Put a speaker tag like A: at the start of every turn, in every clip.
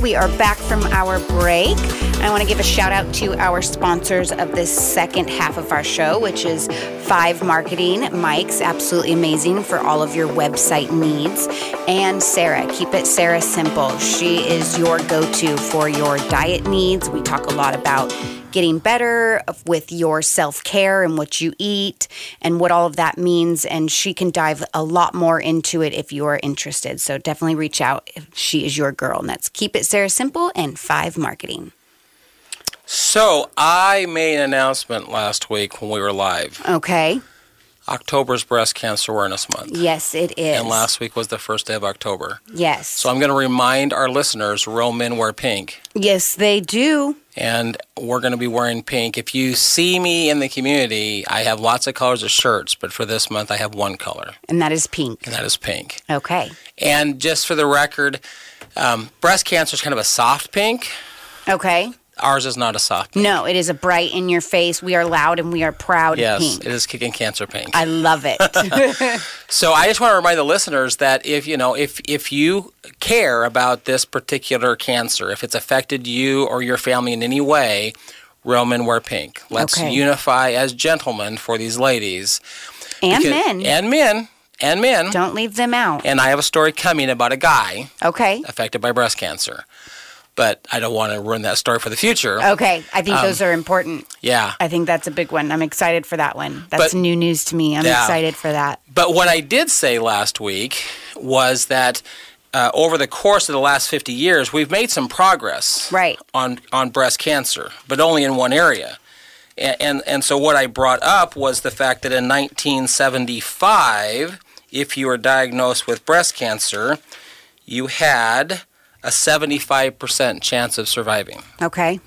A: We are back from our break. I want to give a shout out to our sponsors of this second half of our show, which is Five Marketing. Mike's absolutely amazing for all of your website needs. And Sarah, keep it Sarah simple. She is your go to for your diet needs. We talk a lot about getting better of- with your self care and what you eat and what all of that means. And she can dive a lot more into it if you are interested. So definitely reach out. if She is your girl. And that's Keep It Sarah Simple and Five Marketing.
B: So I made an announcement last week when we were live.
A: Okay.
B: October's Breast Cancer Awareness Month.
A: Yes, it is.
B: And last week was the first day of October.
A: Yes.
B: So I'm going to remind our listeners real men wear pink.
A: yes, they do.
B: And we're going to be wearing pink. If you see me in the community, I have lots of colors of shirts, but for this month I have one color,
A: And that is pink.
B: and that is pink.
A: Okay.
B: And just for the record, um, breast cancer is kind of a soft pink.
A: Okay.
B: Ours is not a soft pink.
A: No, it is a bright in your face. We are loud and we are proud
B: Yes,
A: pink.
B: it is kicking cancer pink.
A: I love it.
B: So I just want to remind the listeners that if you know if if you care about this particular cancer, if it's affected you or your family in any way, real men wear pink. Let's
A: Okay.
B: unify as gentlemen for these ladies
A: and
B: Because-
A: men.
B: and men and men.
A: Don't leave them out.
B: And I have a story coming about a guy
A: Okay.
B: affected by breast cancer, but I don't want to ruin that story for the future.
A: Okay. I think
B: Um,
A: those are important.
B: Yeah.
A: I think that's a big one. I'm excited for that one. That's
B: But-
A: new news to me. I'm
B: Yeah.
A: excited for that.
B: But what I did say last week was that uh, over the course of the last 50 years, we've made some progress
A: Right.
B: on, on breast cancer, but only in one area. And, and, and so what I brought up was the fact that in 1975, if you were diagnosed with breast cancer, you had a 75% chance of surviving.
A: Okay.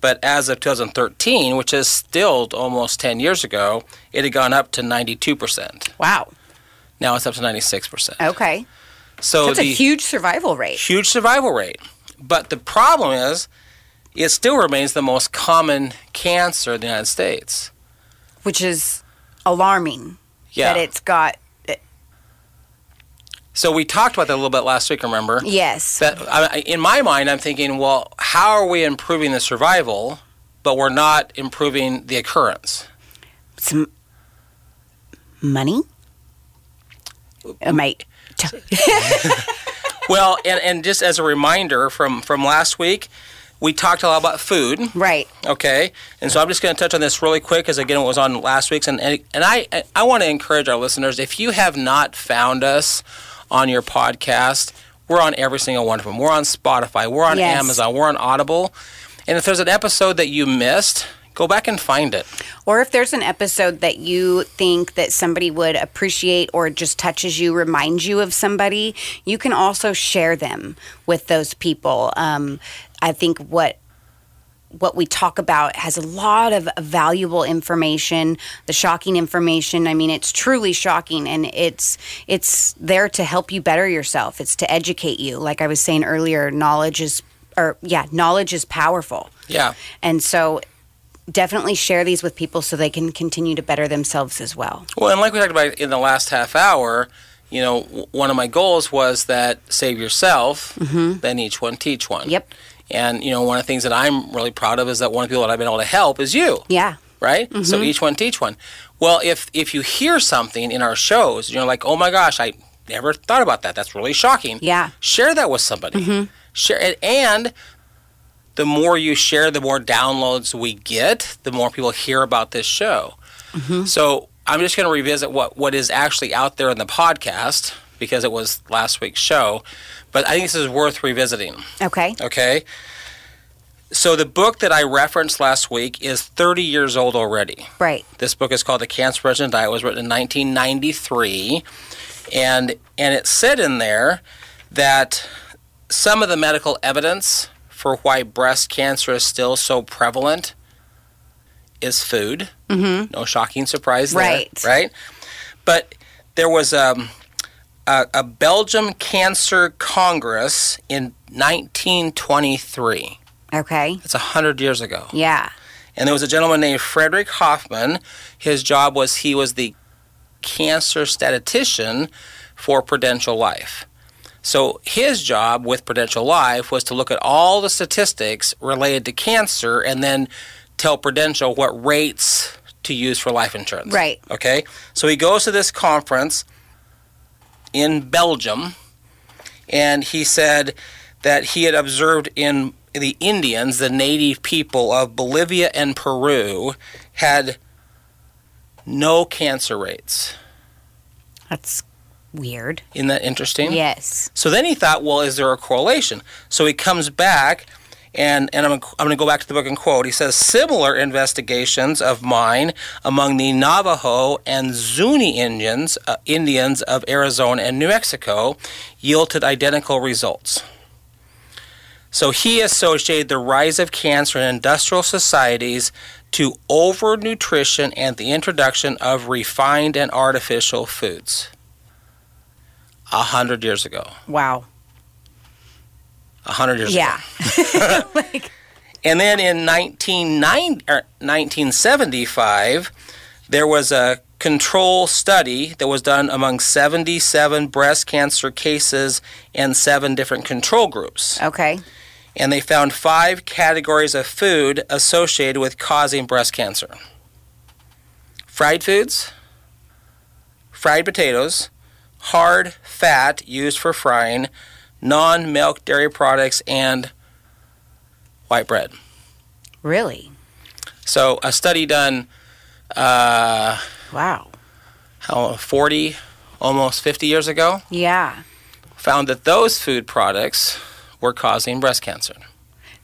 B: But as of 2013, which is still almost 10 years ago, it had gone up to 92%.
A: Wow.
B: Now it's up to 96%.
A: Okay.
B: So
A: Oh, That's
B: the
A: a huge survival rate.
B: huge survival rate. But the problem is, it still remains the most common cancer in the United States.
A: Which is alarming
B: Yeah.
A: that it's got
B: so we talked about that a little bit last week, remember?
A: yes.
B: That I, I- in my mind, I'm thinking, well, how are we improving the survival, but we're not improving the occurrence?
A: Some money? Am I
B: Well, and, and just as a reminder from, from last week, we talked a lot about food.
A: right.
B: Okay, and so I'm just going to touch on this really quick because again, it was on last week's, and and, and I I want to encourage our listeners if you have not found us on your podcast, we're on every single one of them. We're on Spotify, we're on
A: Yes.
B: Amazon, we're on Audible, and if there's an episode that you missed, go back and find it.
A: Or if there's an episode that you think that somebody would appreciate or just touches you, reminds you of somebody, you can also share them with those people. Um, I think what what we talk about has a lot of valuable information, the shocking information. I mean, it's truly shocking and it's it's there to help you better yourself. It's to educate you. Like I was saying earlier, knowledge is or yeah, knowledge is powerful.
B: Yeah,
A: And so definitely share these with people so they can continue to better themselves as well.
B: well, and like we talked about in the last half hour, you know, w- one of my goals was that save yourself, then each one teach one.
A: Mm-hmm. Yep.
B: And you know, one of the things that I'm really proud of is that one of the people that I've been able to help is you.
A: Yeah.
B: right? So each one teach one. Well, if if you hear something in our shows, you're like, oh my gosh, I never thought about that. That's really shocking.
A: Yeah.
B: share that with somebody. Share it, and the more you share, the more downloads we get, the more people hear about this show. So I'm just going to revisit what what is actually out there in the podcast because it was last week's show, but I think this is worth revisiting.
A: Okay.
B: Okay. So the book that I referenced last week is 30 years old already.
A: Right.
B: This book is called The Cancer President Diet. It was written in 1993, and and it said in there that some of the medical evidence for why breast cancer is still so prevalent is food. Mm-hmm. No shocking surprise there,
A: Right.
B: Right. But there was um, a, a Belgium Cancer Congress in 1923.
A: Okay.
B: That's 100 years ago.
A: Yeah.
B: And there was a gentleman named Frederick Hoffman. His job was he was the cancer statistician for Prudential Life. So his job with Prudential Life was to look at all the statistics related to cancer and then tell Prudential what rates to use for life insurance.
A: Right.
B: Okay. So he goes to this conference in Belgium and he said that he had observed in the Indians, the native people of Bolivia and Peru, had no cancer rates.
A: That's weird.
B: Isn't that interesting?
A: Yes.
B: So then he thought, well, is there a correlation? So he comes back, and, and I'm, I'm going to go back to the book and quote. He says, similar investigations of mine among the Navajo and Zuni Indians, uh, Indians of Arizona and New Mexico yielded identical results. So he associated the rise of cancer in industrial societies to overnutrition and the introduction of refined and artificial foods. A hundred years ago.
A: Wow.
B: A hundred years ago.
A: Yeah. like,
B: And then in 1990, er, 1975, there was a control study that was done among 77 breast cancer cases and seven different control groups.
A: okay.
B: And they found five categories of food associated with causing breast cancer fried foods, fried potatoes, hard fat used for frying, non milk dairy products, and white bread.
A: Really?
B: So a study done, uh,
A: Wow.
B: how 40, almost 50 years ago,
A: Yeah.
B: found that those food products were causing breast cancer.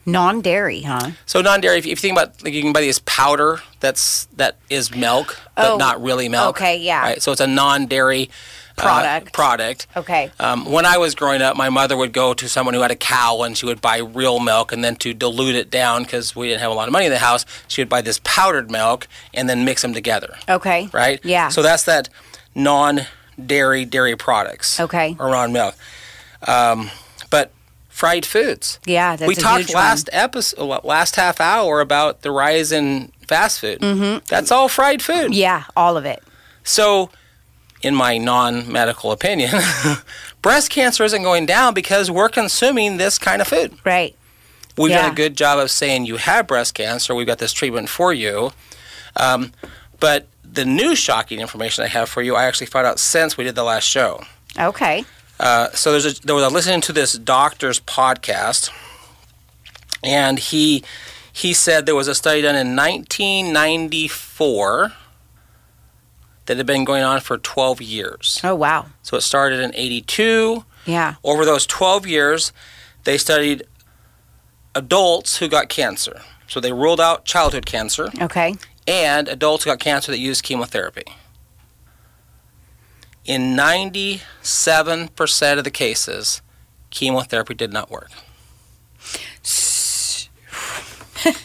A: Non dairy, huh?
B: So non-dairy, if if you think about, like you can buy this powder that's that is milk, but
A: Oh,
B: not really milk.
A: okay, yeah.
B: Right, so it's a non-dairy uh,
A: Product.
B: product.
A: Okay.
B: Um, when I was growing up, my mother would go to someone who had a cow and she would buy real milk, and then to dilute it down because we didn't have a lot of money in the house, she would buy this powdered milk and then mix them together.
A: Okay.
B: right?
A: Yeah.
B: So that's that non-dairy dairy products.
A: Okay.
B: Or non-milk, um, but fried foods.
A: Yeah, that's
B: we
A: a
B: talked
A: huge
B: last episode, last half hour about the rise in fast food. Mm-hmm. That's all fried food.
A: Yeah, all of it.
B: So, in my non-medical opinion, breast cancer isn't going down because we're consuming this kind of food.
A: Right.
B: We've done
A: Yeah.
B: a good job of saying you have breast cancer. We've got this treatment for you. Um, but the new shocking information I have for you, I actually found out since we did the last show.
A: Okay.
B: Uh, so there's a, there was I was listening to this doctor's podcast, and he he said there was a study done in 1994 that had been going on for 12 years.
A: Oh, wow.
B: So it started in 82.
A: Yeah.
B: Over those 12 years, they studied adults who got cancer. So they ruled out childhood cancer
A: Okay.
B: and adults who got cancer that used chemotherapy. In 97% of the cases, chemotherapy did not work.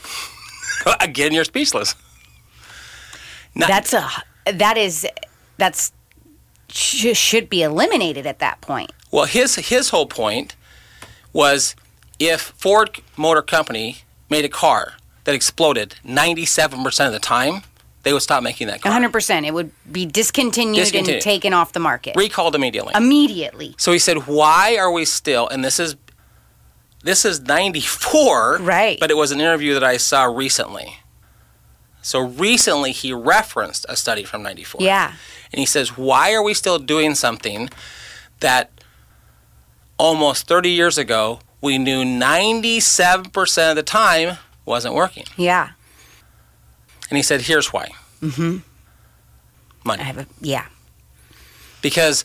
B: Again, you're speechless. Not-
A: That's a, that is, that's, sh- should be eliminated at that point.
B: Well, his his whole point was if Ford Motor Company made a car that exploded 97% of the time, they would stop making that car.
A: 100%. It would be discontinued, and
B: Discontinued.
A: taken off the market
B: Recalled immediately.
A: immediately.
B: so he said, "Why are we still?" And this is this is 94.
A: Right.
B: But it was an interview that I saw recently. So recently he referenced a study from 94.
A: Yeah.
B: And he says, Why are we still doing something that almost 30 years ago we knew 97% of the time wasn't working?
A: Yeah.
B: And he said, Here's why.
A: I
B: Money.
A: have a, yeah.
B: Because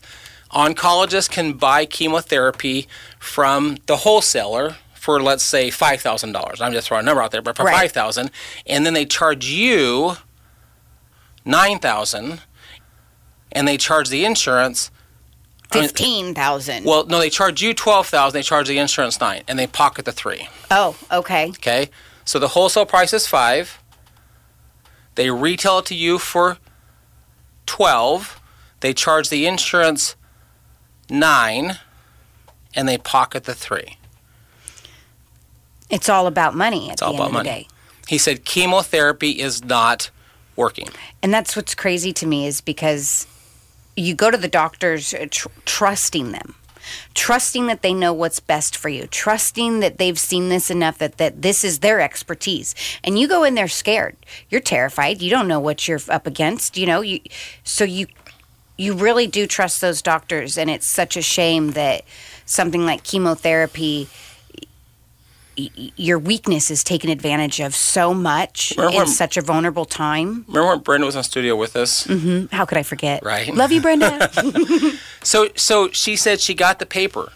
B: oncologists can buy chemotherapy from the wholesaler for, let's say, $5,000. I'm just throwing a number out there, but for
A: Right.
B: 5000 And then they charge you 9000 and they charge the insurance I mean,
A: 15,000.
B: Well, no, they charge you twelve thousand. They charge the insurance nine, and they pocket the three.
A: Oh, okay.
B: Okay, so the wholesale price is five. They retail it to you for twelve. They charge the insurance nine, and they pocket the three.
A: It's all about money at
B: It's
A: the
B: all
A: end
B: about
A: of
B: money.
A: the day.
B: He said chemotherapy is not working.
A: And that's what's crazy to me is because you go to the doctors uh, tr- trusting them. trusting that they know what's best for you, trusting that they've seen this enough that, that this is their expertise. And you go in there scared. You're terrified. You don't know what you're up against, you know, you so you you really do trust those doctors and it's such a shame that something like chemotherapy y- y- your weakness is taken advantage of so much
B: Remember
A: in
B: when-
A: such a vulnerable time.
B: Remember when Brenda was in studio with us?
A: Mm, How could I forget?
B: Right.
A: Love you, Brenda.
B: So so she said she got the paper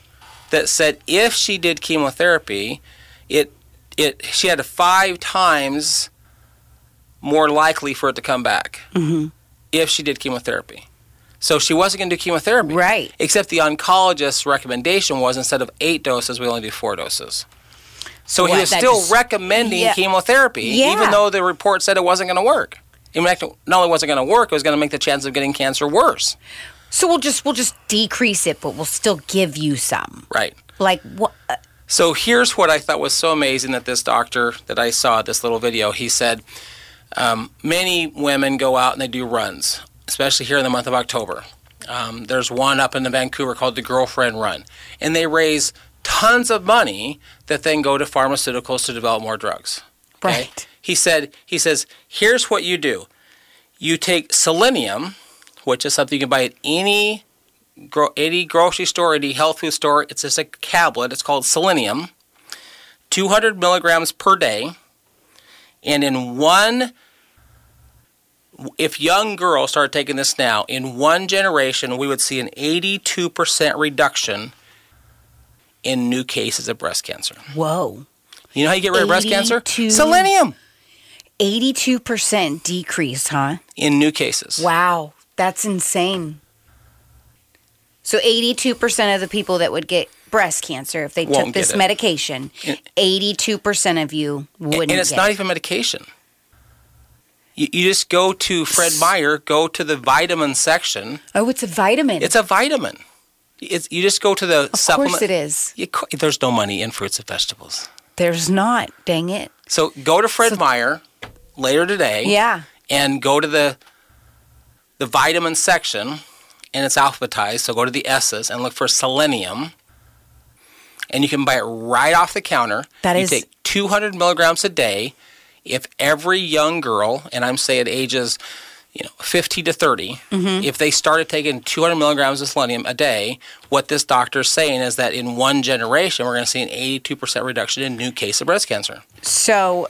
B: that said if she did chemotherapy, it it she had a five times more likely for it to come back
A: Mm-hmm.
B: if she did chemotherapy. So she wasn't going to do chemotherapy,
A: Right.
B: Except the oncologist's recommendation was instead of eight doses, we only do four doses. So
A: What,
B: he was
A: that
B: still
A: just-
B: recommending
A: Yeah.
B: chemotherapy,
A: Yeah.
B: even though the report said it wasn't going to work. In fact, not only wasn't going to work, it was going to make the chance of getting cancer worse.
A: so we'll just we'll just decrease it, but we'll still give you some.
B: Right.
A: Like what? Uh,
B: So here's what I thought was so amazing that this doctor that I saw this little video. He said um, many women go out and they do runs, especially here in the month of October. Um, there's one up in Vancouver called the Girlfriend Run, and they raise tons of money that then go to pharmaceuticals to develop more drugs.
A: right.
B: He said, he says, here's what you do. You take selenium, which is something you can buy at any gro- any grocery store, any health food store. It's just a tablet. It's called selenium, 200 milligrams per day, and in one. If young girls start taking this now, in one generation, we would see an 82% reduction in new cases of breast cancer.
A: Whoa.
B: You know how you get rid of breast cancer?
A: 82
B: Selenium.
A: 82% decrease, huh?
B: in new cases.
A: Wow, that's insane. So 82% of the people that would get breast cancer if they took
B: Won't get
A: this
B: it.
A: medication, 82% of you wouldn't
B: And it's
A: get
B: not
A: it.
B: even medication. You, you just go to Fred Meyer, go to the vitamin section.
A: Oh, it's a vitamin.
B: It's a vitamin. It's, you just go to the
A: of
B: supplement.
A: course it is.
B: You co- there's no money in fruits and vegetables.
A: There's not, dang it.
B: So go to Fred Meyer later today
A: Yeah.
B: and go to the the vitamin section and it's alphabetized. So go to the S's and look for selenium. And you can buy it right off the counter.
A: That
B: you
A: is-
B: take 200 milligrams a day. If every young girl, and I'm saying ages, you know, 50 to 30,
A: Mm-hmm.
B: if they started taking 200 milligrams of selenium a day, what this doctor is saying is that in one generation, we're going to see an 82% reduction in new case of breast cancer.
A: So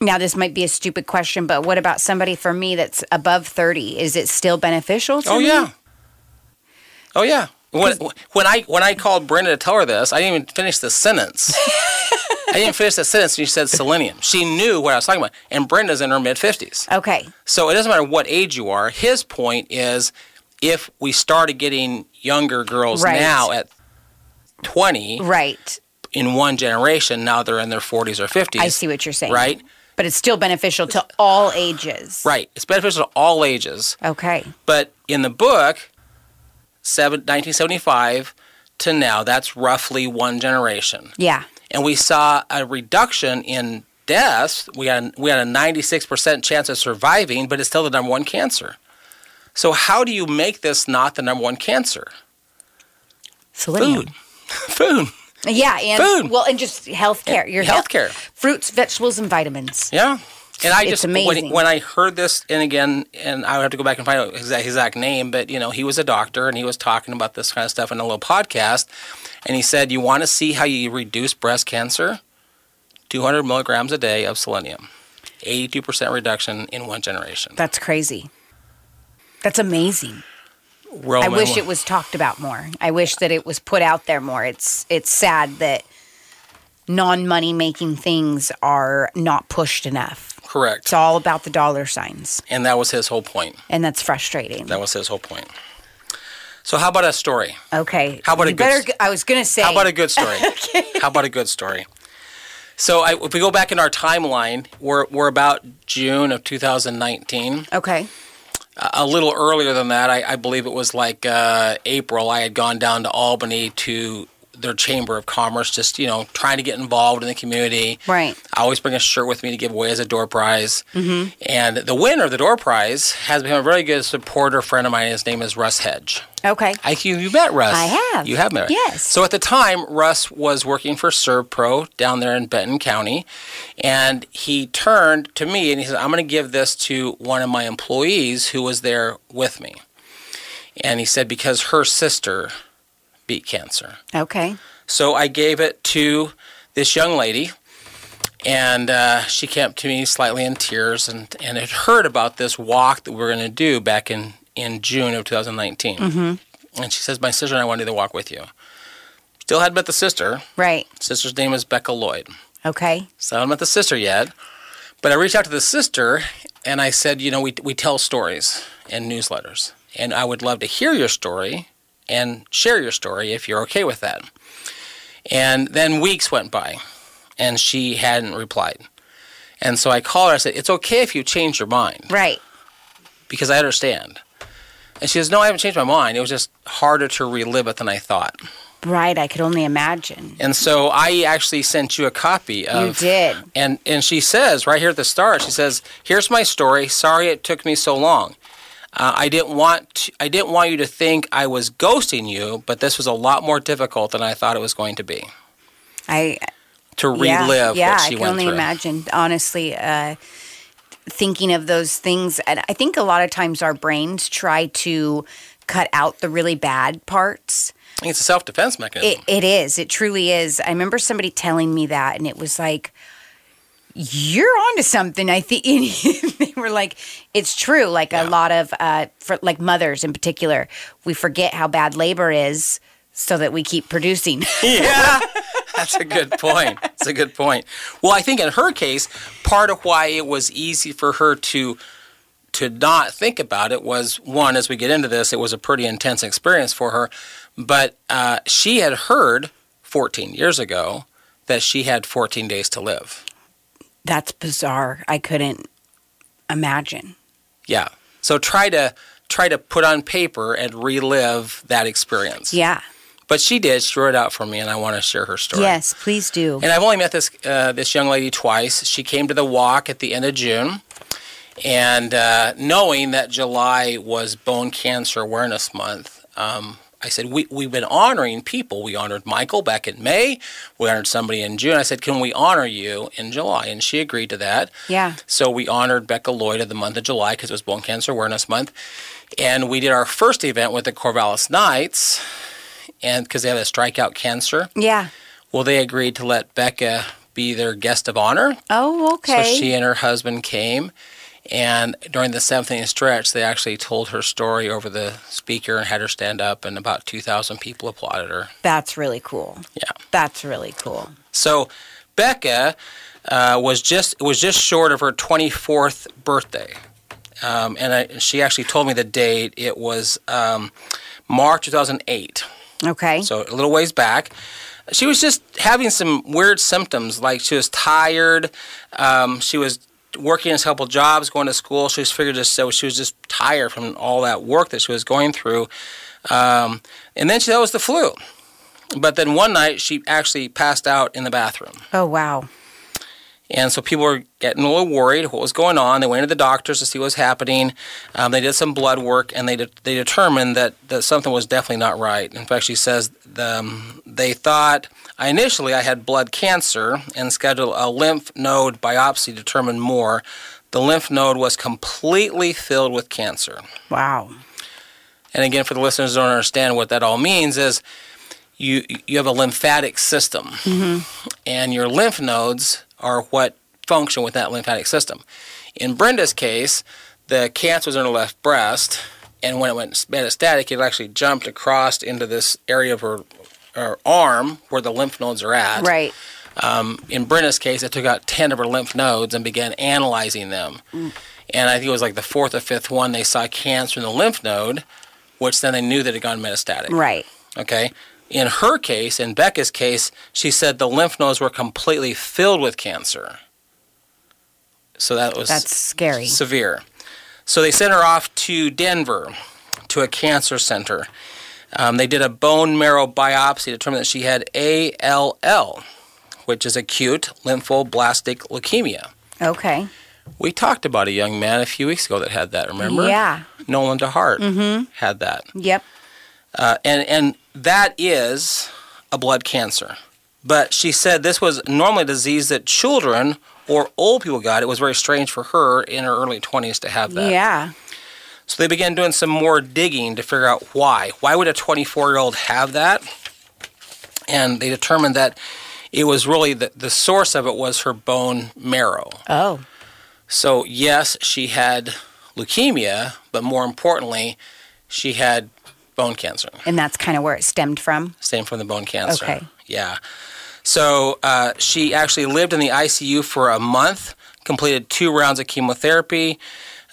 A: now this might be a stupid question, but what about somebody for me that's above 30? Is it still beneficial to
B: Oh
A: me?
B: yeah. Oh yeah. When, when I when I called Brenda to tell her this, I didn't even finish the sentence. I didn't finish the sentence, and she said selenium. She knew what I was talking about, and Brenda's in her mid fifties,
A: Okay.
B: so it doesn't matter what age you are. His point is, if we started getting younger girls
A: Right.
B: now at twenty
A: Right.
B: in one generation, now they're in their forties or fifties.
A: I see what you're saying.
B: Right,
A: But it's still beneficial to all ages.
B: right. It's beneficial to all ages.
A: Okay.
B: But in the book, seven, 1975 to now, that's roughly one generation.
A: Yeah.
B: And we saw a reduction in deaths. We had, we had a 96% chance of surviving, but it's still the number one cancer. So, how do you make this not the number one cancer?
A: Selenium.
B: Food.
A: Yeah, and
B: Food.
A: well, and just healthcare. Your health-
B: Healthcare.
A: fruits, vegetables, and vitamins.
B: Yeah. And I
A: It's
B: just
A: amazing.
B: When, when I heard this, and again, and I would have to go back and find out his exact, his exact name, but you know, he was a doctor and he was talking about this kind of stuff in a little podcast, and he said, "You want to see how you reduce breast cancer? 200 milligrams a day of selenium, 82 percent reduction in one generation."
A: That's crazy. That's amazing. I
B: Roman
A: wish
B: wa-
A: it was talked about more. I wish that it was put out there more. It's it's sad that non-money making things are not pushed enough.
B: correct,
A: It's all about the dollar signs,
B: and that was his whole point.
A: and that's frustrating.
B: That was his whole point. So, how about a story?
A: Okay.
B: How about a
A: you
B: good
A: better?
B: s-
A: g- I was gonna say.
B: How about a good story? How about a good story? So I, if we go back in our timeline, we're, we're about June of 2019.
A: Okay.
B: A- A little earlier than that, I, I believe it was like uh, April, I had gone down to Albany to their Chamber of Commerce, just, you know, trying to get involved in the community.
A: Right.
B: I always bring a shirt with me to give away as a door prize. Mm-hmm. And the winner of the door prize has become a very good supporter friend of mine. His name is Russ Hedge.
A: Okay.
B: I you, you met Russ.
A: I have.
B: You have met. Russ.
A: Yes.
B: So at the time, Russ was working for ServPro down there in Benton County, and he turned to me and he said, "I'm going to give this to one of my employees who was there with me," and he said because her sister beat cancer.
A: Okay.
B: So I gave it to this young lady, and uh, she came up to me slightly in tears and, and had heard about this walk that we were going to do back in, in June of 2019. And she says, My sister and I want to do the walk with you. Still hadn't met the sister.
A: Right.
B: Sister's name is Becca Lloyd.
A: Okay.
B: So I haven't met the sister yet. But I reached out to the sister and I said, You know, we, we tell stories and newsletters, and I would love to hear your story and share your story if you're okay with that. And then weeks went by and she hadn't replied. And so I called her. I said, It's okay if you change your mind
A: Right.
B: because I understand. And she says, No, I haven't changed my mind. It was just harder to relive it than I thought.
A: Right. I could only imagine.
B: And so I actually sent you a copy of.
A: You did.
B: And, and she says, right here at the start, she says, Here's my story. Sorry it took me so long. Uh, I didn't want to, I didn't want you to think I was ghosting you, but this was a lot more difficult than I thought it was going to be
A: I
B: to
A: yeah,
B: relive
A: yeah,
B: what she
A: I can
B: went
A: only
B: through.
A: imagine. Honestly, uh, thinking of those things, and I think a lot of times our brains try to cut out the really bad parts.
B: I think it's a self defense mechanism.
A: It, it is. It truly is. I remember somebody telling me that, and it was like, "You're onto something." I think and they were like, "It's true." Like a lot of, uh, for, like mothers in particular, we forget how bad labor is, so that we keep producing.
B: yeah. That's a good point. That's a good point. Well, I think in her case, part of why it was easy for her to to not think about it was one, as we get into this, it was a pretty intense experience for her. But uh, she had heard 14 years ago that she had 14 days to live.
A: That's bizarre. I couldn't imagine.
B: Yeah. So try to try to put on paper and relive that experience.
A: Yeah.
B: But she did. She wrote it out for me, and I want to share her story.
A: Yes, please do.
B: And I've only met this uh, this young lady twice. She came to the walk at the end of June, and uh, knowing that July was Bone Cancer Awareness Month, um, I said we we've been honoring people. We honored Michael back in May. We honored somebody in June. I said, can we honor you in July? And she agreed to that.
A: Yeah.
B: So we honored Becca Lloyd of the month of July because it was Bone Cancer Awareness Month, and we did our first event with the Corvallis Knights, and because they have a strikeout cancer.
A: Yeah.
B: Well, they agreed to let Becca be their guest of honor.
A: Oh, okay.
B: So she and her husband came. And during the seventh inning stretch, they actually told her story over the speaker and had her stand up, and about 2,000 people applauded her.
A: That's really cool.
B: Yeah.
A: That's really cool.
B: So Becca uh, was just was just short of her 24th birthday, um, and I, she actually told me the date. It was um, March 2008.
A: Okay.
B: So a little ways back, she was just having some weird symptoms. Like she was tired. Um, she was working a couple jobs, going to school. She was figured just so she was just tired from all that work that she was going through. Um, and then she thought it was the flu. But then one night she actually passed out in the bathroom.
A: oh, wow.
B: And so people were getting a little worried what was going on. They went to the doctors to see what was happening. Um, they did some blood work and they, de- they determined that, that something was definitely not right. In fact, she says the, um, they thought I initially I had blood cancer and scheduled a lymph node biopsy to determine more. The lymph node was completely filled with cancer.
A: Wow.
B: And again, for the listeners who don't understand what that all means is you you have a lymphatic system, and your lymph nodes are what function with that lymphatic system. In Brenda's case, the cancer was in her left breast, and when it went metastatic, it actually jumped across into this area of her, her arm where the lymph nodes are at.
A: Right.
B: Um, in Brenda's case, I took out 10 of her lymph nodes and began analyzing them. And I think it was like the fourth or fifth one, they saw cancer in the lymph node, which then they knew that it had gone metastatic.
A: Right.
B: Okay. In her case, in Becca's case, she said the lymph nodes were completely filled with cancer. So that was
A: That's scary.
B: severe. So they sent her off to Denver to a cancer center. Um, they did a bone marrow biopsy to determine that she had ALL, which is acute lymphoblastic leukemia.
A: Okay.
B: We talked about a young man a few weeks ago that had that, remember?
A: Yeah.
B: Nolan DeHart had that.
A: Yep.
B: uh, and and that is a blood cancer. But she said this was normally a disease that children or old people got. It was very strange for her in her early 20s to have that.
A: Yeah.
B: So they began doing some more digging to figure out why. Why would a 24 year old have that? And they determined that it was really the, the source of it was her bone marrow.
A: Oh.
B: So, yes, she had leukemia, but more importantly, she had bone cancer.
A: And that's kind of where it stemmed from.
B: Same from the bone cancer.
A: Okay.
B: Yeah. So uh, she actually lived in the ICU for a month, completed two rounds of chemotherapy.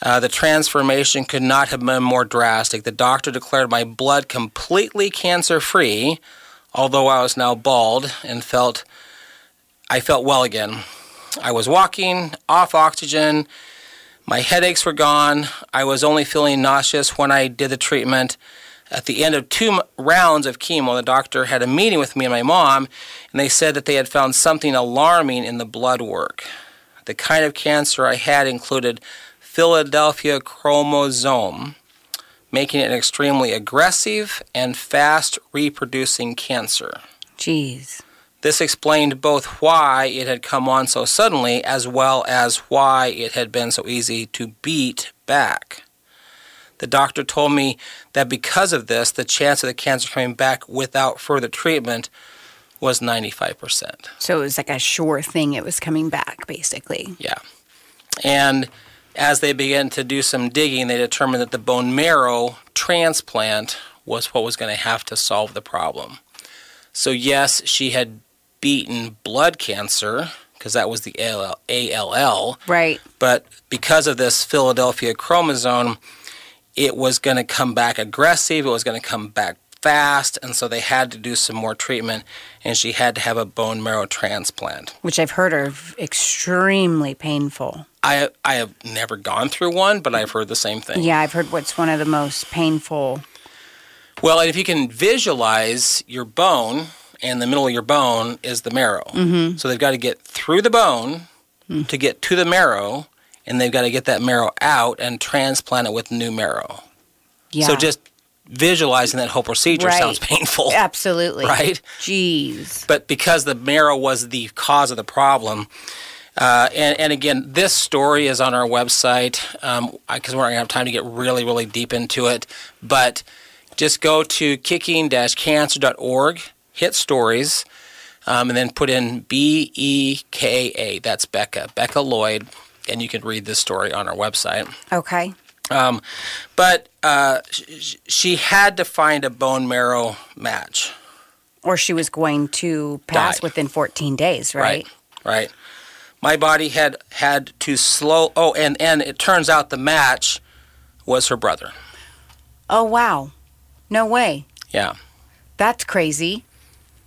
B: Uh, the transformation could not have been more drastic. The doctor declared my blood completely cancer free, although I was now bald and felt I felt well again. I was walking off oxygen. My headaches were gone. I was only feeling nauseous when I did the treatment. At the end of two m- rounds of chemo, the doctor had a meeting with me and my mom, and they said that they had found something alarming in the blood work. The kind of cancer I had included Philadelphia chromosome, making it an extremely aggressive and fast reproducing cancer.
A: Jeez.
B: This explained both why it had come on so suddenly as well as why it had been so easy to beat back. The doctor told me that because of this, the chance of the cancer coming back without further treatment was 95%.
A: So it was like a sure thing it was coming back, basically.
B: Yeah. And as they began to do some digging, they determined that the bone marrow transplant was what was going to have to solve the problem. So, yes, she had beaten blood cancer because that was the ALL, ALL,
A: Right.
B: but because of this Philadelphia chromosome, it was going to come back aggressive, it was going to come back fast, and so they had to do some more treatment, and she had to have a bone marrow transplant.
A: Which I've heard are extremely painful.
B: I I have never gone through one, but I've heard the same thing.
A: Yeah, I've heard what's one of the most painful.
B: Well, and if you can visualize your bone, and the middle of your bone is the marrow. Mm-hmm. So they've got to get through the bone
A: Hmm.
B: to get to the marrow, and they've got to get that marrow out and transplant it with new marrow.
A: Yeah.
B: So just visualizing that whole procedure
A: Right.
B: sounds painful.
A: Absolutely.
B: Right?
A: Jeez.
B: but because the marrow was the cause of the problem. Uh, and, and again, this story is on our website because we're not going to have time to get really, really deep into it. But just go to kicking cancer.org, hit stories, um, and then put in B E K A. That's Becca, Becca Lloyd. And you can read this story on our website.
A: Okay.
B: Um, but uh, sh- sh- she had to find a bone marrow match.
A: Or she was going to pass
B: Died.
A: within 14 days, right?
B: right right my body had had to slow oh and and it turns out the match was her brother
A: Oh, wow. No way.
B: yeah
A: That's crazy.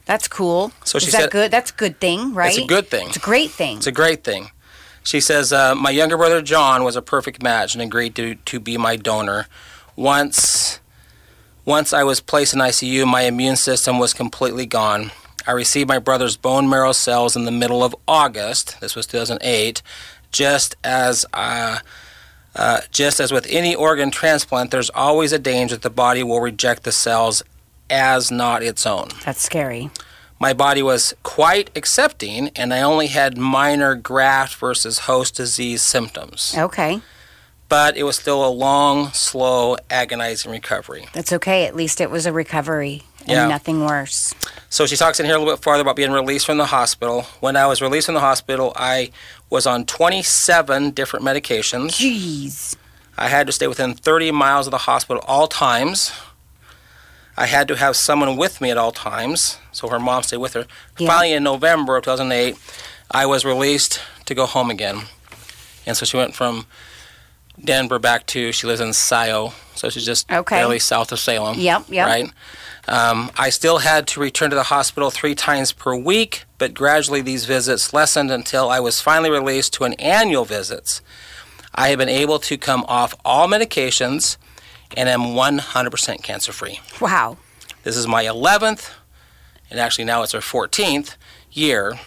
A: That's cool.
B: So she
A: Is that
B: said-
A: good? That's a good thing, right?
B: it's a good thing
A: It's a great thing.
B: it's a great thing she says uh, my younger brother john was a perfect match and agreed to to be my donor once once i was placed in icu my immune system was completely gone i received my brother's bone marrow cells in the middle of august this was 2008 just as uh, Uh, just as with any organ transplant, there's always a danger that the body will reject the cells as not its own.
A: That's scary.
B: My body was quite accepting, and I only had minor graft versus host disease symptoms.
A: Okay.
B: But it was still a long, slow, agonizing recovery.
A: That's okay. At least it was a recovery and
B: Yeah.
A: nothing worse.
B: So she talks in here a little bit farther about being released from the hospital. When I was released from the hospital, I was on 27 different medications.
A: Jeez.
B: I had to stay within 30 miles of the hospital at all times. I had to have someone with me at all times, so her mom stayed with her.
A: Yeah.
B: Finally, in November of 2008, I was released to go home again. And so she went from Denver back to, she lives in Sayo, so she's just
A: Okay.
B: barely south of Salem.
A: Yep, yep.
B: Right? Um, I still had to return to the hospital three times per week, but gradually these visits lessened until I was finally released to an annual visits. I have been able to come off all medications and am 100% cancer free.
A: Wow.
B: This is my 11th, and actually now it's her 14th year.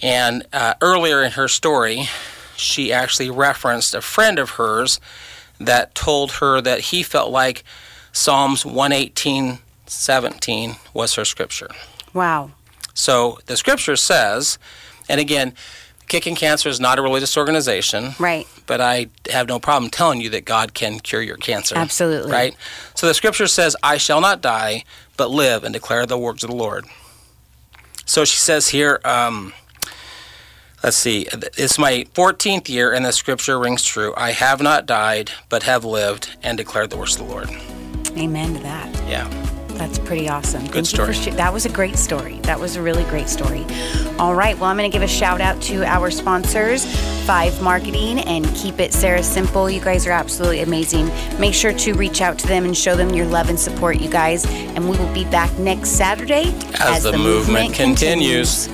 B: And uh, earlier in her story, she actually referenced a friend of hers that told her that he felt like Psalms 118 17 was her scripture.
A: Wow.
B: So the scripture says, and again, Kicking Cancer is not a religious organization,
A: Right.
B: but I have no problem telling you that God can cure your cancer.
A: Absolutely.
B: Right? So the scripture says, I shall not die, but live and declare the works of the Lord. So she says here, um, let's see, it's my 14th year, and the scripture rings true. I have not died, but have lived and declared the works of the Lord.
A: Amen to that.
B: Yeah.
A: That's pretty awesome. Thank you
B: story.
A: for sh- that was a great story. That was a really great story. All right. Well, I'm going to give a shout out to our sponsors, Five Marketing and Keep It Sarah Simple. You guys are absolutely amazing. Make sure to reach out to them and show them your love and support, you guys. And we will be back next Saturday
B: As, the, movement, continues.